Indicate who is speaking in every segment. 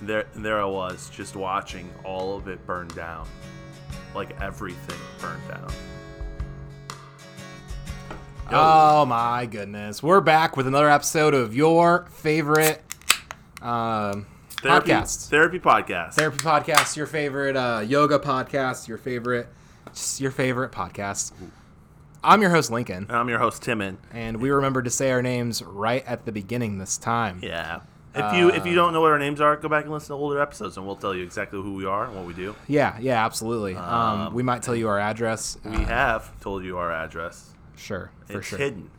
Speaker 1: And there, and there I was, just watching all of it burn down. Like everything burned down. Yo.
Speaker 2: Oh my goodness. We're back with another episode of your favorite um,
Speaker 1: Therapy,
Speaker 2: podcast.
Speaker 1: Therapy podcast.
Speaker 2: Therapy podcast, your favorite uh, yoga podcast, your favorite just your favorite podcast. I'm your host Lincoln,
Speaker 1: and I'm your host Timon.
Speaker 2: and we remember to say our names right at the beginning this time.
Speaker 1: Yeah. If you if you
Speaker 2: Uh,
Speaker 1: don't know what our names are, go back and listen to older episodes, and we'll tell you exactly who we are and what we do.
Speaker 2: Yeah, yeah, absolutely. Um, we might tell you our address.
Speaker 1: We
Speaker 2: Uh,
Speaker 1: have told you our address.
Speaker 2: sure, for
Speaker 1: it's
Speaker 2: sure.
Speaker 1: hidden.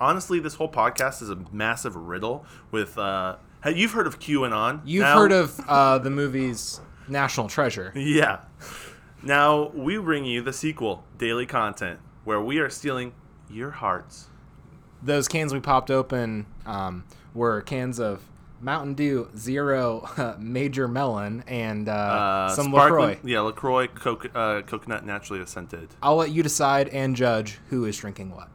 Speaker 1: Honestly, this whole podcast is a massive riddle. With uh, hey, you've heard of QAnon?
Speaker 2: You've
Speaker 1: Now-
Speaker 2: heard of uh, the movies National Treasure.
Speaker 1: Yeah. Now we bring you the sequel, daily content, where we are stealing your hearts.
Speaker 2: those cans we popped open um, were cans of Mountain Dew Zero uh, Major Melon and uh,
Speaker 1: Uh,
Speaker 2: some
Speaker 1: sparkling-
Speaker 2: Lacroix.
Speaker 1: Yeah, Lacroix, coco- uh, coconut naturally scented.
Speaker 2: I'll let you decide and judge who is drinking what.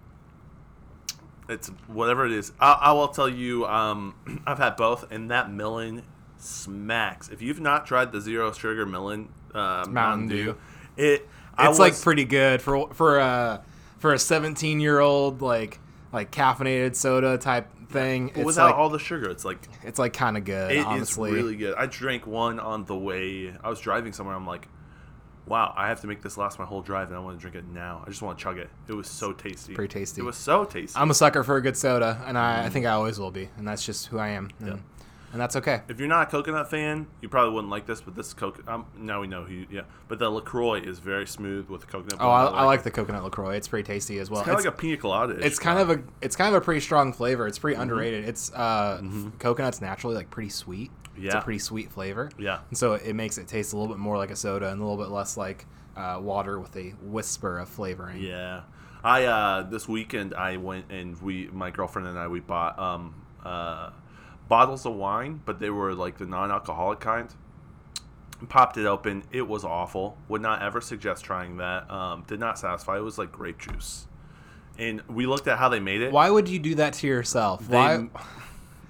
Speaker 1: It's whatever it is. I, I will tell you, um, I've had both, and that melon smacks. If you've not tried the zero sugar melon uh, Mountain,
Speaker 2: Dew.
Speaker 1: Dew, it I
Speaker 2: It's like
Speaker 1: was-
Speaker 2: pretty good for for a for a 17 year old like like caffeinated soda type thing. It's
Speaker 1: without
Speaker 2: like
Speaker 1: all the sugar. It's like
Speaker 2: it's like kind of good.
Speaker 1: It is
Speaker 2: honestly,
Speaker 1: really good. I drank one on the way. I was driving somewhere. I'm like, wow, I have to make this last my whole drive, and I want to drink it now. I just want to chug it. It was so tasty.
Speaker 2: pretty tasty.
Speaker 1: It was so tasty.
Speaker 2: I'm a sucker for a good soda, and I,
Speaker 1: Mm-hmm.
Speaker 2: I think I always will be, and that's just who I am, and, and that's okay.
Speaker 1: if you're not a coconut fan, you probably wouldn't like this, but this coconut. Um, now we know who. You, yeah, but the Lacroix is very smooth with coconut.
Speaker 2: Oh, I, I like the coconut Lacroix. It's pretty tasty as well.
Speaker 1: Kind of
Speaker 2: It's-
Speaker 1: like a pina colada.
Speaker 2: it's kind of a it's kind of a pretty strong flavor. It's pretty underrated. It's uh, f- coconut's naturally like pretty sweet. it's a
Speaker 1: Yeah.
Speaker 2: pretty sweet flavor.
Speaker 1: Yeah.
Speaker 2: and so it makes it taste a little bit more like a soda and a little bit less like uh, water with a whisper of flavoring.
Speaker 1: Yeah, I uh, this weekend I went and we my girlfriend and I we bought um uh bottles of wine, but they were like the non-alcoholic kind. Popped it open, it was awful. Would not ever suggest trying that. Um, did not satisfy. It was like grape juice, and we looked at how they made it
Speaker 2: Why would you do that to yourself?
Speaker 1: They-
Speaker 2: Why?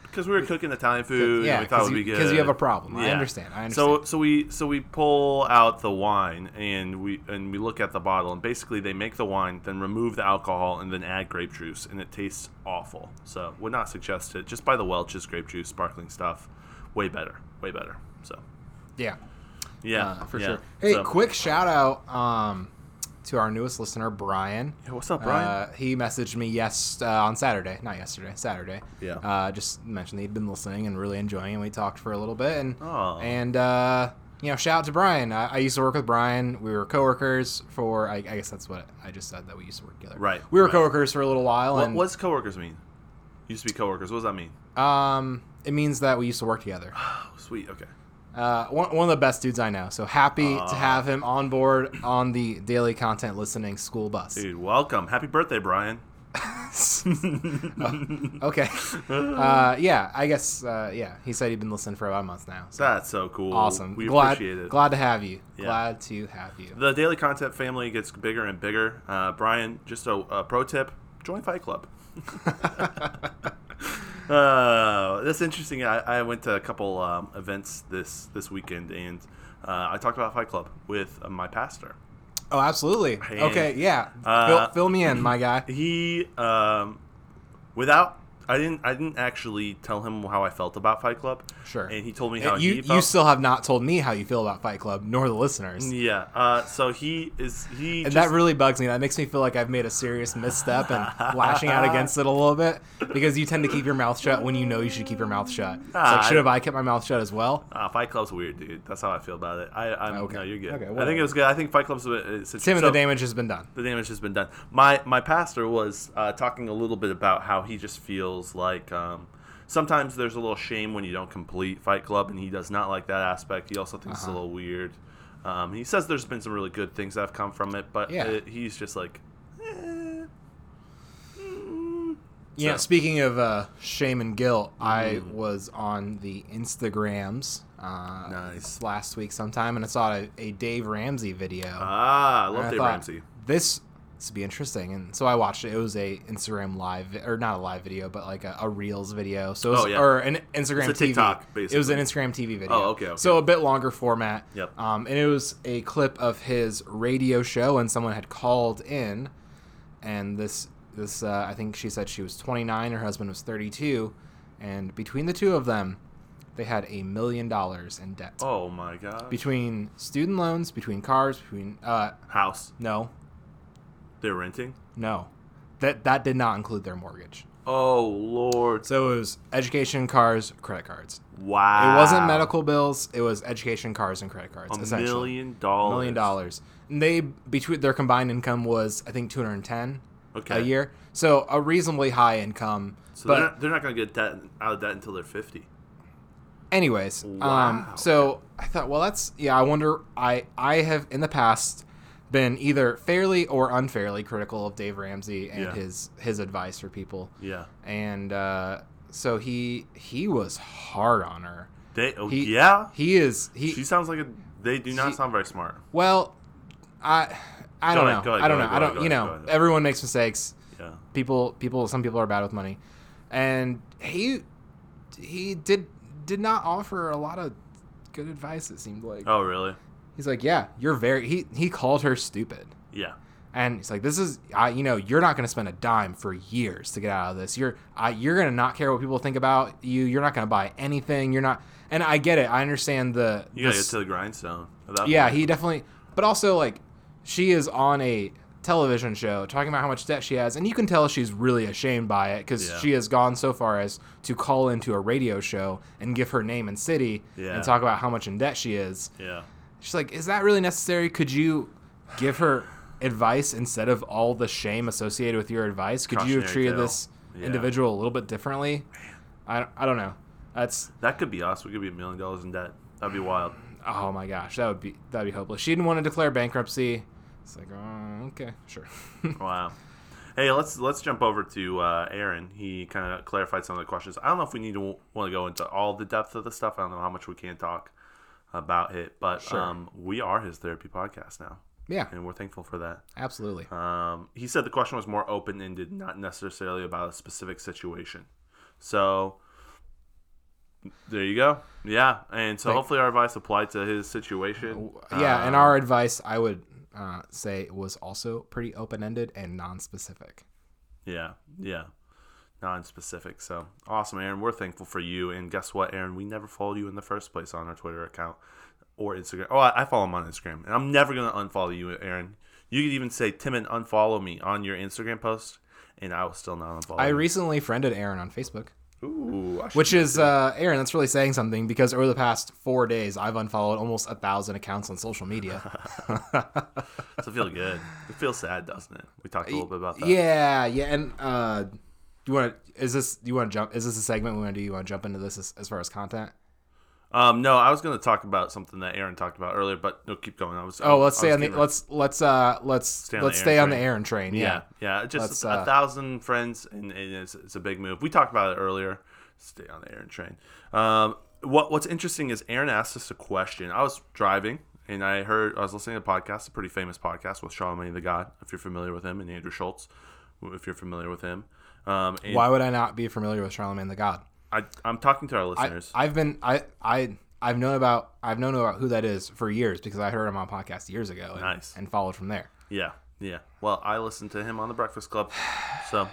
Speaker 1: because we were cooking Italian food. and
Speaker 2: Yeah,
Speaker 1: we thought it
Speaker 2: because
Speaker 1: would
Speaker 2: you,
Speaker 1: be good
Speaker 2: 'cause you have a problem. I understand. I understand.
Speaker 1: so so we so we pull out the wine and we and we look at the bottle and basically they make the wine, then remove the alcohol and then add grape juice and it tastes awful. So would not suggest it. Just buy the Welch's grape juice, sparkling stuff. Way better. Way better. So
Speaker 2: yeah,
Speaker 1: yeah,
Speaker 2: uh, for
Speaker 1: yeah.
Speaker 2: sure. Hey,
Speaker 1: So-
Speaker 2: quick shout out um, to our newest listener, Brian.
Speaker 1: Hey, what's up, Brian?
Speaker 2: Uh, he messaged me yes uh, on Saturday, not yesterday, Saturday.
Speaker 1: Yeah.
Speaker 2: Uh, just mentioned that he'd been listening and really enjoying, and we talked for a little bit. And
Speaker 1: Aw.
Speaker 2: and uh, you know, shout out to Brian. I, I used to work with Brian. We were coworkers for I, I guess that's what I just said that we used to work together.
Speaker 1: Right,
Speaker 2: We were
Speaker 1: right.
Speaker 2: coworkers for a little while,
Speaker 1: what
Speaker 2: and
Speaker 1: what's coworkers mean? Used to be coworkers. What does that mean?
Speaker 2: um, it means that we used to work together.
Speaker 1: Oh, sweet. Okay.
Speaker 2: Uh, one, one of the best dudes I know. So happy to
Speaker 1: Aw.
Speaker 2: have him on board on the daily content listening school bus.
Speaker 1: Dude, welcome. Happy birthday, Brian.
Speaker 2: Oh, Okay. Uh, yeah, I guess. Uh, yeah, he said he'd been listening for about a month now. So
Speaker 1: That's so cool.
Speaker 2: awesome.
Speaker 1: We
Speaker 2: glad,
Speaker 1: appreciate it.
Speaker 2: Glad to have you.
Speaker 1: Yeah.
Speaker 2: Glad to have you.
Speaker 1: The daily content family gets bigger and bigger. Uh, Brian, just a, a pro tip: join Fight Club. uh, that's interesting. I, I went to a couple um, events this this weekend, and uh, I talked about Fight Club with uh, my pastor.
Speaker 2: Oh, absolutely.
Speaker 1: Hey.
Speaker 2: Okay. Yeah.
Speaker 1: Uh,
Speaker 2: fill, fill me in, my guy.
Speaker 1: He, um, without, I didn't, I didn't actually tell him how I felt about Fight Club.
Speaker 2: Sure.
Speaker 1: And he told me how
Speaker 2: you
Speaker 1: he
Speaker 2: you
Speaker 1: felt.
Speaker 2: still have not told me how you feel about Fight Club, nor the listeners.
Speaker 1: yeah. Uh, so he is he.
Speaker 2: And
Speaker 1: just-
Speaker 2: that really bugs me. That makes me feel like I've made a serious misstep and lashing out against it a little bit because you tend to keep your mouth shut when you know you should keep your mouth shut. It's
Speaker 1: Ah,
Speaker 2: like, should
Speaker 1: I-
Speaker 2: have I kept my mouth shut as well?
Speaker 1: Uh, Fight Club's weird, dude. That's how I feel about it. I, I'm,
Speaker 2: Okay.
Speaker 1: no, you're good.
Speaker 2: Okay,
Speaker 1: I think
Speaker 2: whatever.
Speaker 1: it was good. I think Fight Club's uh, it's a-
Speaker 2: Tim and
Speaker 1: so
Speaker 2: the damage has been done.
Speaker 1: the damage has been done. My my pastor was uh, talking a little bit about how he just feels like um, sometimes there's a little shame when you don't complete Fight Club, and he does not like that aspect. He also thinks it's a
Speaker 2: Uh-huh.
Speaker 1: little weird. Um, he says there's been some really good things that have come from it, but
Speaker 2: Yeah.
Speaker 1: it, he's just like, eh. mm.
Speaker 2: Yeah.
Speaker 1: So- Mm.
Speaker 2: Speaking of uh, shame and guilt, I was on the Instagrams uh,
Speaker 1: Nice.
Speaker 2: last week sometime, and I saw a, a Dave Ramsey video.
Speaker 1: ah, I love
Speaker 2: And I
Speaker 1: Dave
Speaker 2: thought,
Speaker 1: Ramsey.
Speaker 2: This this would be interesting. And so I watched it. It was a Instagram live or not a live video, but like a, a Reels video. So it was,
Speaker 1: Oh, yeah.
Speaker 2: or an Instagram
Speaker 1: It's a
Speaker 2: TV.
Speaker 1: TikTok,
Speaker 2: It was an
Speaker 1: basically.
Speaker 2: Instagram TV video.
Speaker 1: Oh, okay, okay.
Speaker 2: So a bit longer format.
Speaker 1: Yep.
Speaker 2: Um, and it was a clip of his radio show, and someone had called in, and this this uh, I think she said she was 29, her husband was 32, and between the two of them, they had a million dollars in debt
Speaker 1: Oh my god.
Speaker 2: between student loans, between cars, between uh
Speaker 1: House.
Speaker 2: no,
Speaker 1: They're renting.
Speaker 2: no. That that did not include their mortgage.
Speaker 1: Oh lord.
Speaker 2: So it was education, cars, credit cards. It
Speaker 1: Wow.
Speaker 2: wasn't medical bills, it was education, cars and credit cards
Speaker 1: A
Speaker 2: essentially.
Speaker 1: million dollars.
Speaker 2: million dollars. And they between their combined income was I think 210
Speaker 1: Okay.
Speaker 2: a year. So a reasonably high income.
Speaker 1: So
Speaker 2: but
Speaker 1: they're not, they're not gonna get that out of that until they're fifty.
Speaker 2: anyways um
Speaker 1: Wow.
Speaker 2: so i thought well that's yeah i wonder i i have in the past been either fairly or unfairly critical of dave ramsey and
Speaker 1: Yeah.
Speaker 2: his his advice for people
Speaker 1: Yeah.
Speaker 2: and uh so he he was hard on her
Speaker 1: They. Oh
Speaker 2: He-
Speaker 1: yeah.
Speaker 2: he is he
Speaker 1: She sounds like a. They do not
Speaker 2: She-
Speaker 1: sound very smart.
Speaker 2: well i i
Speaker 1: Go
Speaker 2: don't
Speaker 1: ahead,
Speaker 2: know
Speaker 1: go ahead,
Speaker 2: i don't
Speaker 1: go ahead,
Speaker 2: know i
Speaker 1: go
Speaker 2: don't
Speaker 1: ahead,
Speaker 2: you
Speaker 1: go ahead,
Speaker 2: know
Speaker 1: go ahead.
Speaker 2: everyone makes mistakes
Speaker 1: Yeah.
Speaker 2: people people some people are bad with money and he he did did not offer a lot of good advice it seemed like
Speaker 1: Oh really?
Speaker 2: he's like yeah you're very he he called her stupid
Speaker 1: Yeah.
Speaker 2: and he's like this is I, you know you're not going to spend a dime for years to get out of this you're I, you're going to not care what people think about you you're not going to buy anything you're not and i get it i understand the,
Speaker 1: You gotta
Speaker 2: the
Speaker 1: get
Speaker 2: s-
Speaker 1: to the grindstone. at that
Speaker 2: yeah,
Speaker 1: point.
Speaker 2: he definitely. But also, like, she is on a television show talking about how much debt she has, and you can tell she's really ashamed by it because
Speaker 1: Yeah.
Speaker 2: she has gone so far as to call into a radio show and give her name and city
Speaker 1: Yeah.
Speaker 2: and talk about how much in debt she is.
Speaker 1: Yeah.
Speaker 2: She's like, "Is that really necessary? Could you give her advice instead of all the shame associated with your advice? Could you have
Speaker 1: Cautionary
Speaker 2: treated
Speaker 1: tale.
Speaker 2: this
Speaker 1: Yeah.
Speaker 2: individual a little bit differently?" I I don't know. That's
Speaker 1: That could be us. We could be a million dollars in debt. That'd be wild.
Speaker 2: Oh my gosh, that would be that'd be hopeless. She didn't want to declare bankruptcy. It's like, uh, okay, sure.
Speaker 1: Wow. Hey, let's let's jump over to uh, Aaron. He kind of clarified some of the questions. I don't know if we need to want to go into all the depth of the stuff. I don't know how much we can talk about it, but
Speaker 2: Sure.
Speaker 1: um, we are his therapy podcast now,
Speaker 2: yeah, Uh,
Speaker 1: and we're thankful for that.
Speaker 2: absolutely.
Speaker 1: Um, he said the question was more open ended, not necessarily about a specific situation. So there you go. Yeah, and so
Speaker 2: Thank-
Speaker 1: hopefully our advice applied to his situation.
Speaker 2: Yeah, and
Speaker 1: Um,
Speaker 2: our advice, I would uh, say, was also pretty open ended and non specific.
Speaker 1: Yeah, yeah. Non-specific. So awesome, Aaron. We're thankful for you. And guess what, Aaron? We never followed you in the first place on our Twitter account or Instagram. Oh, I, I follow him on Instagram, and I'm never gonna unfollow you, Aaron. You could even say Tim and unfollow me on your Instagram post, and I will still not unfollow.
Speaker 2: I
Speaker 1: you.
Speaker 2: recently friended Aaron on Facebook,
Speaker 1: Ooh, I should-
Speaker 2: which is uh, Aaron. That's really saying something because over the past four days, I've unfollowed almost a thousand accounts on social media.
Speaker 1: doesn't feel good. It feels sad, doesn't it? We talked a little bit about that.
Speaker 2: yeah, yeah, and uh, you want to? Is this you want to jump? Is this a segment we want to do? You want to jump into this as, as far as content?
Speaker 1: Um, no, I was gonna talk about something that Aaron talked about earlier, but no, keep going. I was.
Speaker 2: Oh, let's
Speaker 1: I
Speaker 2: stay
Speaker 1: was
Speaker 2: on the
Speaker 1: getting-
Speaker 2: let's let's uh let's
Speaker 1: on
Speaker 2: let's
Speaker 1: the
Speaker 2: stay
Speaker 1: Aaron
Speaker 2: on the
Speaker 1: train.
Speaker 2: Aaron train. Yeah.
Speaker 1: Yeah, yeah, it's just
Speaker 2: Let's,
Speaker 1: a
Speaker 2: uh,
Speaker 1: thousand friends, and, and it's, it's a big move. We talked about it earlier. Stay on the Aaron train. Um, what What's interesting is Aaron asked us a question. I was driving, and I heard I was listening to a podcast, a pretty famous podcast with Charlemagne the God, if you're familiar with him, and Andrew Schultz, if you're familiar with him. Um, and
Speaker 2: Why would I not be familiar with Charlemagne the God?
Speaker 1: I, I'm talking to our listeners.
Speaker 2: I've been I I I've known about I've known about who that is for years because I heard him on a podcast years ago and,
Speaker 1: Nice.
Speaker 2: and followed from there.
Speaker 1: yeah, yeah. Well, I listened to him on the Breakfast Club, so.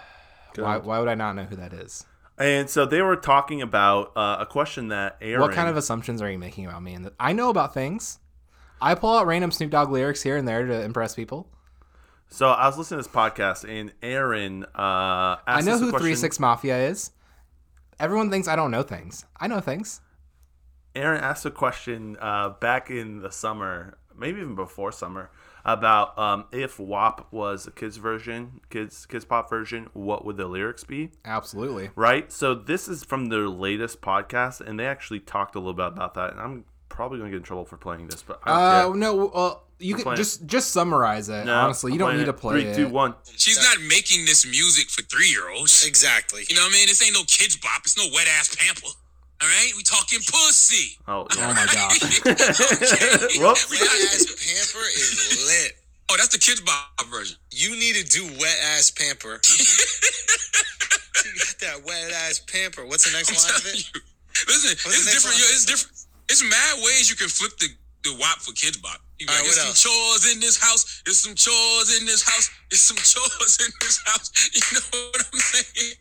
Speaker 2: Why, why would I not know who that is?
Speaker 1: And so they were talking about uh, a question that Aaron.
Speaker 2: What kind of assumptions are you making about me? And I know about things. I pull out random Snoop Dogg lyrics here and there to impress people.
Speaker 1: So I was listening to this podcast, and Aaron uh, asked
Speaker 2: I know
Speaker 1: us a
Speaker 2: who
Speaker 1: question.
Speaker 2: Three Six Mafia is. Everyone thinks I don't know things. I know things.
Speaker 1: Aaron asked a question uh, back in the summer, maybe even before summer, about um, if WAP was a kids version, kids kids pop version, what would the lyrics be?
Speaker 2: Absolutely.
Speaker 1: Right. So this is from their latest podcast, and they actually talked a little bit about that. And I'm probably gonna get in trouble for playing this, but I don't
Speaker 2: Uh,
Speaker 1: care.
Speaker 2: no. Well, you
Speaker 1: playing
Speaker 2: can
Speaker 1: it.
Speaker 2: just just summarize it.
Speaker 1: No,
Speaker 2: honestly, you
Speaker 1: I'm
Speaker 2: don't
Speaker 1: playing
Speaker 2: need to
Speaker 1: it.
Speaker 2: play
Speaker 1: Three,
Speaker 2: it.
Speaker 1: two, one.
Speaker 3: She's not making this music for three year olds.
Speaker 4: Exactly.
Speaker 3: You know what I mean? This ain't no kids bop. It's no wet ass pamper. All right, we talking pussy.
Speaker 1: Oh,
Speaker 2: Oh
Speaker 1: yeah.
Speaker 2: my god.
Speaker 3: okay.
Speaker 1: Whoops.
Speaker 4: Wet ass pamper is lit.
Speaker 3: Oh, that's the kids' Bob version.
Speaker 4: You need to do wet ass pamper. you got that wet ass pamper. What's the next
Speaker 3: I'm
Speaker 4: line of
Speaker 3: telling
Speaker 4: it?
Speaker 3: you. Listen,
Speaker 4: What's
Speaker 3: it's
Speaker 4: the next
Speaker 3: different.
Speaker 4: line?
Speaker 3: Yo, it's different. It's mad ways you can flip the the WAP for kids' Bob. You
Speaker 4: All
Speaker 3: like,
Speaker 4: right,
Speaker 3: there's
Speaker 4: what
Speaker 3: some
Speaker 4: else?
Speaker 3: chores in this house. There's some chores in this house. There's some chores in this house. You know what I'm saying?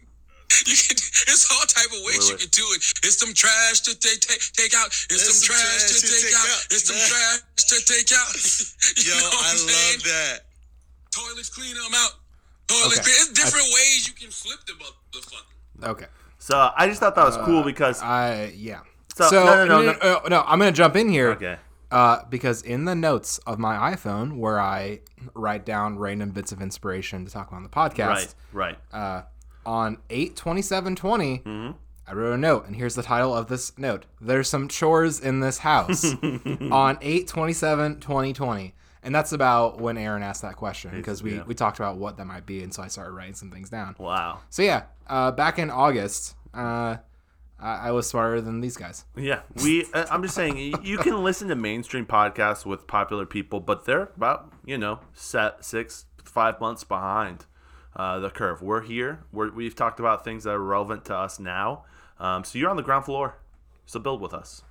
Speaker 3: You can. It's all type of
Speaker 1: Wait,
Speaker 3: ways you
Speaker 1: wait.
Speaker 3: can do it. It's some trash to take take, take out. It's some, trash, to take, out. It's some trash to take out. You
Speaker 4: Yo,
Speaker 3: know what
Speaker 4: I
Speaker 3: I'm saying?
Speaker 4: love that.
Speaker 3: Toilets clean them out. Toilets
Speaker 2: Okay.
Speaker 3: clean. It's different ways you can flip the motherfucker.
Speaker 2: Okay.
Speaker 1: So I just thought that
Speaker 2: Uh,
Speaker 1: was cool because
Speaker 2: I yeah.
Speaker 1: So-
Speaker 2: So,
Speaker 1: no, no, no,
Speaker 2: no, no, no, I'm gonna jump in here.
Speaker 1: okay,
Speaker 2: Uh, because in the notes of my iPhone, where I write down random bits of inspiration to talk about on the podcast,
Speaker 1: right, right.
Speaker 2: uh, on eight twenty seven twenty, I wrote a note, and here's the title of this note: "There's some chores in this house." on eight twenty seven twenty twenty, and that's about when Aaron asked that question because we
Speaker 1: yeah.
Speaker 2: we talked about what that might be, and so I started writing some things down.
Speaker 1: wow.
Speaker 2: So yeah, uh, back in August, uh, I, I was smarter than these guys.
Speaker 1: Yeah, we. I- I'm just saying, y- you can listen to mainstream podcasts with popular people, but they're about you know set six five months behind uh, the curve. We're here. We're, we've talked about things that are relevant to us now. Um, so you're on the ground floor. So build with us.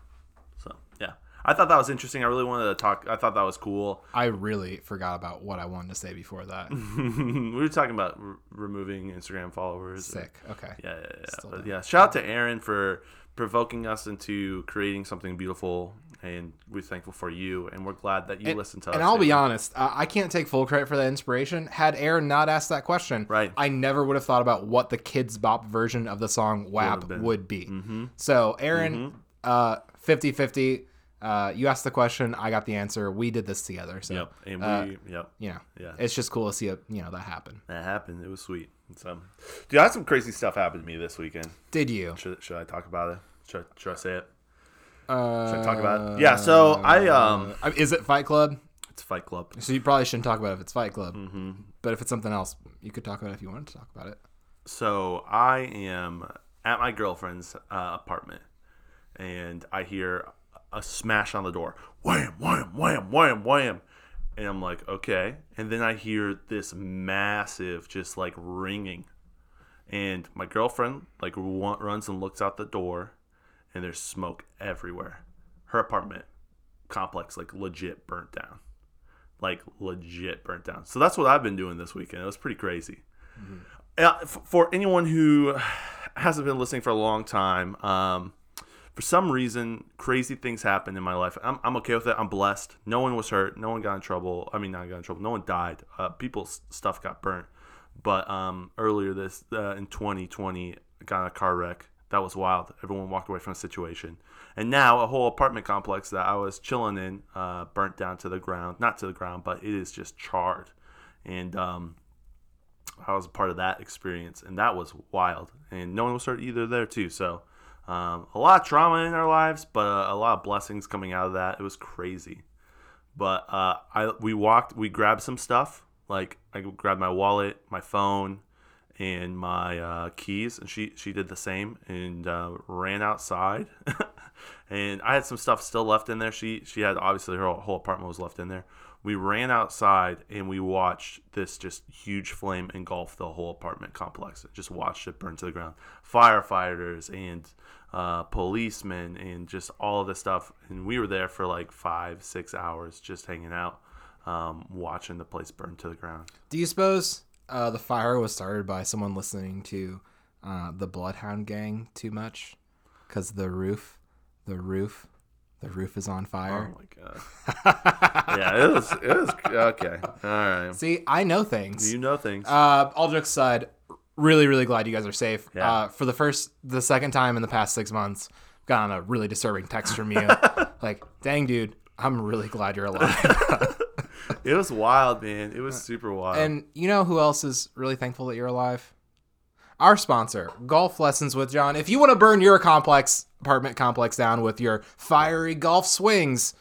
Speaker 1: So yeah, I thought that was interesting. I really wanted to talk. I thought that was cool.
Speaker 2: I really forgot about what I wanted to say before that.
Speaker 1: we were talking about r removing Instagram followers.
Speaker 2: Sick. Okay.
Speaker 1: Yeah, yeah, yeah.
Speaker 2: Still
Speaker 1: But
Speaker 2: down.
Speaker 1: yeah. Shout out to Aaron for provoking us into creating something beautiful, and we're thankful for you, and we're glad that you
Speaker 2: And-
Speaker 1: listened to us.
Speaker 2: and I'll be
Speaker 1: Aaron.
Speaker 2: honest, I, I can't take full credit for that inspiration. Had Aaron not asked that question,
Speaker 1: Right.
Speaker 2: I never would have thought about what the kids bop version of the song
Speaker 1: been.
Speaker 2: WAP
Speaker 1: Mm-hmm.
Speaker 2: would be. So, Aaron, uh, 50 50, uh, you asked the question, I got the answer. We did this together. So,
Speaker 1: Yep, and we
Speaker 2: uh,
Speaker 1: yep.
Speaker 2: you know,
Speaker 1: Yeah.
Speaker 2: it's just cool to see it, you know, that happen.
Speaker 1: That happened. It was sweet. So, dude, I had some crazy stuff happen to me this weekend.
Speaker 2: Did you?
Speaker 1: Should, should I talk about it? Should, I- should I say it?
Speaker 2: Uh,
Speaker 1: Should I talk about it? Yeah. So I um,
Speaker 2: I- is it Fight Club?
Speaker 1: it's Fight Club.
Speaker 2: So you probably shouldn't talk about it if it's Fight Club. Mm-hmm. But if it's something else, you could talk about it if you wanted to talk about it.
Speaker 1: So I am at my girlfriend's uh, apartment, and I hear a smash on the door. Wham, wham, wham, wham, wham. And I'm like, okay. And then I hear this massive, just like ringing. And my girlfriend like wa- runs and looks out the door, and there's smoke everywhere. Her apartment complex like legit burnt down, like legit burnt down. So that's what I've been doing this weekend. It was pretty crazy. Uh, f- for anyone who hasn't been listening for a long time, um, for some reason, crazy things happened in my life. I'm, I'm okay with it. I'm blessed. No one was hurt. No one got in trouble. I mean, not got in trouble. No one died. Uh, people's stuff got burnt. But um, earlier this uh, in 2020, I got in a car wreck. That was wild. Everyone walked away from the situation. And now a whole apartment complex that I was chilling in uh, burnt down to the ground. Not to the ground, but it is just charred. And um, I was a part of that experience, and that was wild. And no one was hurt either there too. So um, a lot of trauma in our lives, but uh, a lot of blessings coming out of that. It was crazy. But uh, I we walked, we grabbed some stuff. Like I grabbed my wallet, my phone, and my uh, keys, and she she did the same and uh, ran outside. and I had some stuff still left in there. She she had obviously her whole apartment was left in there. We ran outside and we watched this just huge flame engulf the whole apartment complex. Just watched it burn to the ground. Firefighters and uh, policemen and just all of this stuff. And we were there for like five six hours just hanging out. Um, watching the place burn to the ground.
Speaker 2: Do you suppose uh, the fire was started by someone listening to uh, the Bloodhound Gang too much? Because the roof, the roof, the roof is on
Speaker 1: Oh
Speaker 2: fire.
Speaker 1: my god! yeah, it was. It was okay. All right.
Speaker 2: See, I know things.
Speaker 1: You know things.
Speaker 2: Uh, all jokes aside, really, really glad you guys are safe.
Speaker 1: Yeah.
Speaker 2: Uh, for the first, the second time in the past six months, gotten a really disturbing text from you. like, dang, dude, I'm really glad you're alive.
Speaker 1: it was wild, man. It was super wild.
Speaker 2: And you know who else is really thankful that you're alive? Our sponsor, Golf Lessons with John. If you want to burn your complex apartment complex down with your fiery golf swings,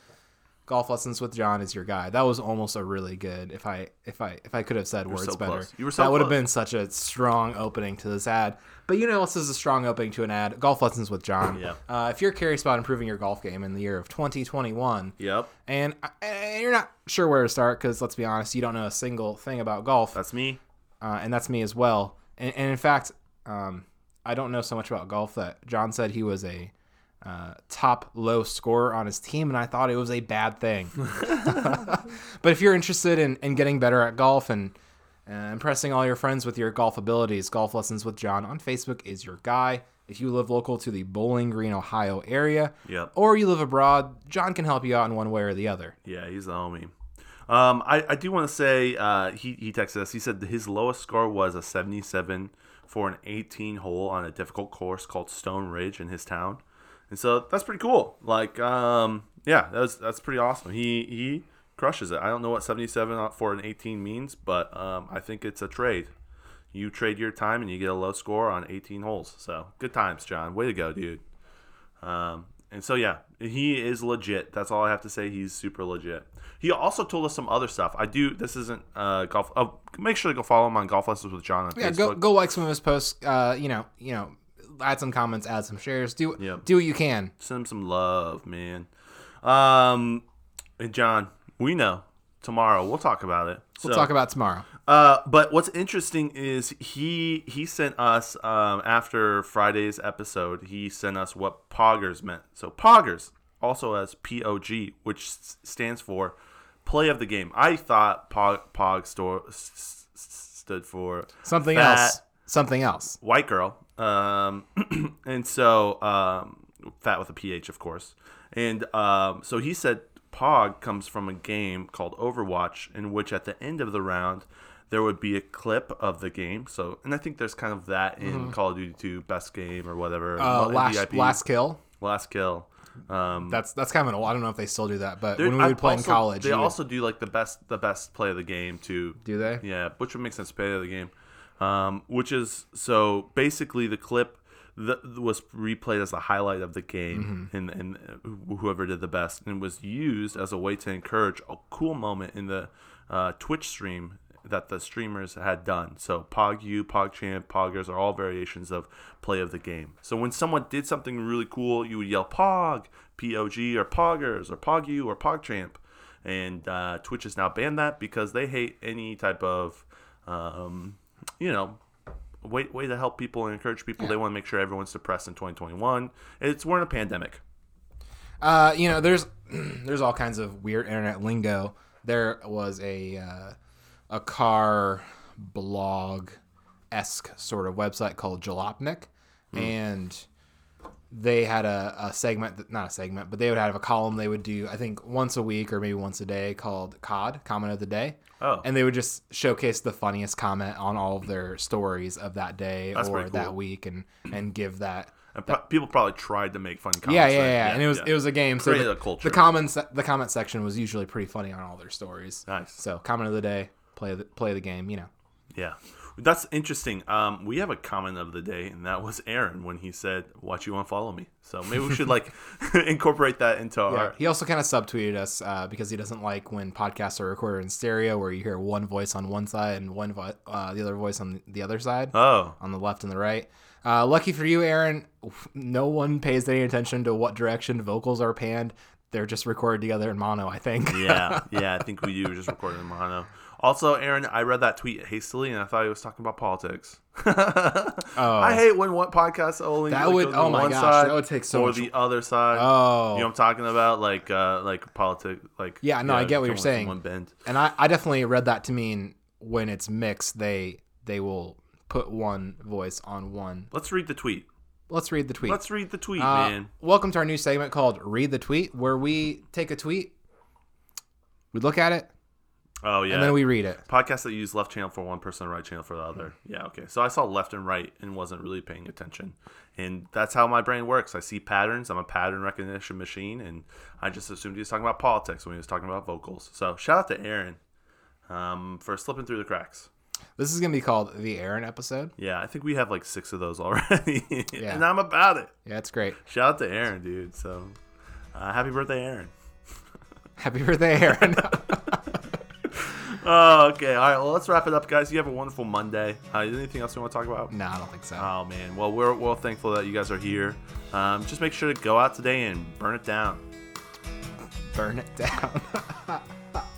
Speaker 2: Golf Lessons with John is your guy. That was almost a really good. If I if I if I could have said words
Speaker 1: so
Speaker 2: better,
Speaker 1: close. You were so
Speaker 2: that would have
Speaker 1: close.
Speaker 2: been such a strong opening to this ad. But you know, what else is a strong opening to an ad. Golf Lessons with John.
Speaker 1: Yeah.
Speaker 2: Uh, if you're curious about improving your golf game in the year of 2021,
Speaker 1: Yep.
Speaker 2: and, and you're not sure where to start because let's be honest, you don't know a single thing about golf
Speaker 1: That's me.
Speaker 2: uh, and that's me as well. And, and in fact, um, I don't know so much about golf that John said he was a uh, top low scorer on his team, and I thought it was a bad thing. but if you're interested in, in getting better at golf and uh, impressing all your friends with your golf abilities, Golf Lessons with John on Facebook is your guy. If you live local to the Bowling Green, Ohio area,
Speaker 1: Yep.
Speaker 2: or you live abroad, John can help you out in one way or the other.
Speaker 1: Yeah, he's the homie. Um, I, I do want to say uh, he, he texted us. He said that his lowest score was a 77 for an 18 hole on a difficult course called Stone Ridge in his town. And so that's pretty cool. Like, um, yeah, that's that's pretty awesome. He he crushes it. I don't know what 77 on- for an 18 means, but um, I think it's a trade. You trade your time and you get a low score on 18 holes. So good times, John. Way to go, dude. Um, and so yeah, he is legit. That's all I have to say. He's super legit. He also told us some other stuff. I do. This isn't uh, golf. Oh, make sure to go follow him on Golf Lessons with John on
Speaker 2: Yeah,
Speaker 1: Facebook.
Speaker 2: go go like some of his posts. Uh, you know, you know, add some comments, add some shares. Do
Speaker 1: Yep.
Speaker 2: do what you can.
Speaker 1: Send him some love, man. Um, and John, we know tomorrow we'll talk about it.
Speaker 2: We'll
Speaker 1: So-
Speaker 2: talk about tomorrow.
Speaker 1: Uh, but what's interesting is he he sent us um, after Friday's episode. He sent us what poggers meant. So poggers, also as P O G, which s- stands for play of the game. I thought pog pog store s- s- stood for
Speaker 2: Something
Speaker 1: fat
Speaker 2: else. Something else.
Speaker 1: white girl. Um, and so um, fat with a ph, of course. And um, so he said pog comes from a game called Overwatch, in which at the end of the round there would be a clip of the game. So, and I think there's kind of that in Call of Duty 2, best game or whatever.
Speaker 2: Mm-hmm. Uh,
Speaker 1: in
Speaker 2: last
Speaker 1: VIP,
Speaker 2: last kill.
Speaker 1: last kill. Um,
Speaker 2: That's that's kind of an old. I don't know if they still do that, but
Speaker 1: there-
Speaker 2: when we
Speaker 1: I
Speaker 2: would play in
Speaker 1: also-
Speaker 2: college,
Speaker 1: they
Speaker 2: you would-
Speaker 1: also do like the best the best play of the game to
Speaker 2: do they?
Speaker 1: yeah, which would make sense. Play of the game, um, which is so basically the clip that was replayed as the highlight of the game, and and uh, wh- whoever did the best, and was used as a way to encourage a cool moment in the uh, Twitch stream that the streamers had done. So Pog U, Pog Champ, Poggers are all variations of play of the game. So when someone did something really cool, you would yell Pog, P O G, or Poggers, or Pog U, or Pog Champ and uh, Twitch has now banned that because they hate any type of, um, you know, way way to help people and encourage people. They want to make sure everyone's depressed in 2021. It's we're in a pandemic.
Speaker 2: Uh, you know, there's there's all kinds of weird internet lingo. There was a uh, a car blog esque sort of website called Jalopnik,
Speaker 1: Hmm.
Speaker 2: and they had a, a segment, that- not a segment, but they would have a column they would do, I think, once a week or maybe once a day called COD, Comment of the Day.
Speaker 1: Oh.
Speaker 2: And they would just showcase the funniest comment on all of their stories of that day
Speaker 1: That's
Speaker 2: or
Speaker 1: pretty cool.
Speaker 2: that week and, and give that
Speaker 1: And pro- people probably tried to make fun comments.
Speaker 2: yeah, yeah,
Speaker 1: right?
Speaker 2: yeah, And it was it was a game. So
Speaker 1: Created
Speaker 2: the,
Speaker 1: a culture.
Speaker 2: the comments the comment section was usually pretty funny on all their stories.
Speaker 1: Nice.
Speaker 2: So comment of the day, play the play the game. You know.
Speaker 1: yeah. That's interesting. Um, we have a comment of the day, and that was Aaron when he said, "Watch you unfollow me." So maybe we should like incorporate that into our.
Speaker 2: He also kind of subtweeted us uh, because he doesn't like when podcasts are recorded in stereo, where you hear one voice on one side and one vo- uh, the other voice on the other side,
Speaker 1: Oh,
Speaker 2: on the left and the right. Uh, lucky for you, Aaron, no one pays any attention to what direction vocals are panned. They're just recorded together in mono, I think.
Speaker 1: yeah, yeah, I think we do. We're just recording in mono. Also, Aaron, I read that tweet hastily, and I thought he was talking about politics. I hate when one podcast only
Speaker 2: Oh. That
Speaker 1: like,
Speaker 2: would-
Speaker 1: goes
Speaker 2: oh
Speaker 1: on
Speaker 2: my
Speaker 1: one
Speaker 2: gosh,
Speaker 1: side
Speaker 2: that would take so
Speaker 1: or
Speaker 2: much-
Speaker 1: the other side.
Speaker 2: Oh.
Speaker 1: you know what I'm talking about, like uh, like politics, like
Speaker 2: Yeah, no, I get what you're
Speaker 1: coming from
Speaker 2: saying.
Speaker 1: One bend.
Speaker 2: and I, I definitely read that to mean when it's mixed they they will put one voice on one
Speaker 1: Let's read the tweet.
Speaker 2: let's read the tweet
Speaker 1: Let's read the tweet,
Speaker 2: Uh,
Speaker 1: man.
Speaker 2: welcome to our new segment called read the tweet where we take a tweet we look at it
Speaker 1: Oh yeah,
Speaker 2: and then we read it
Speaker 1: podcasts that use left channel for one person, right channel for the other. Yeah, okay. So I saw left and right and wasn't really paying attention. And that's how my brain works. I see patterns. I'm a pattern recognition machine, and I just assumed he was talking about politics when he was talking about vocals. So shout out to Aaron um, for slipping through the cracks.
Speaker 2: this is gonna be called the aaron episode
Speaker 1: Yeah, I think we have like six of those already,
Speaker 2: Yeah.
Speaker 1: and I'm about it.
Speaker 2: yeah it's great
Speaker 1: Shout out to Aaron, dude. So uh, happy birthday, Aaron.
Speaker 2: Happy birthday, Aaron.
Speaker 1: Oh, okay. All right. Well, let's wrap it up, guys. You have a wonderful Monday. Uh, anything else you want to talk about?
Speaker 2: no, I don't think so.
Speaker 1: Oh man. Well, we're we're thankful that you guys are here. Um, just make sure to go out today and burn it down.
Speaker 2: Burn it down.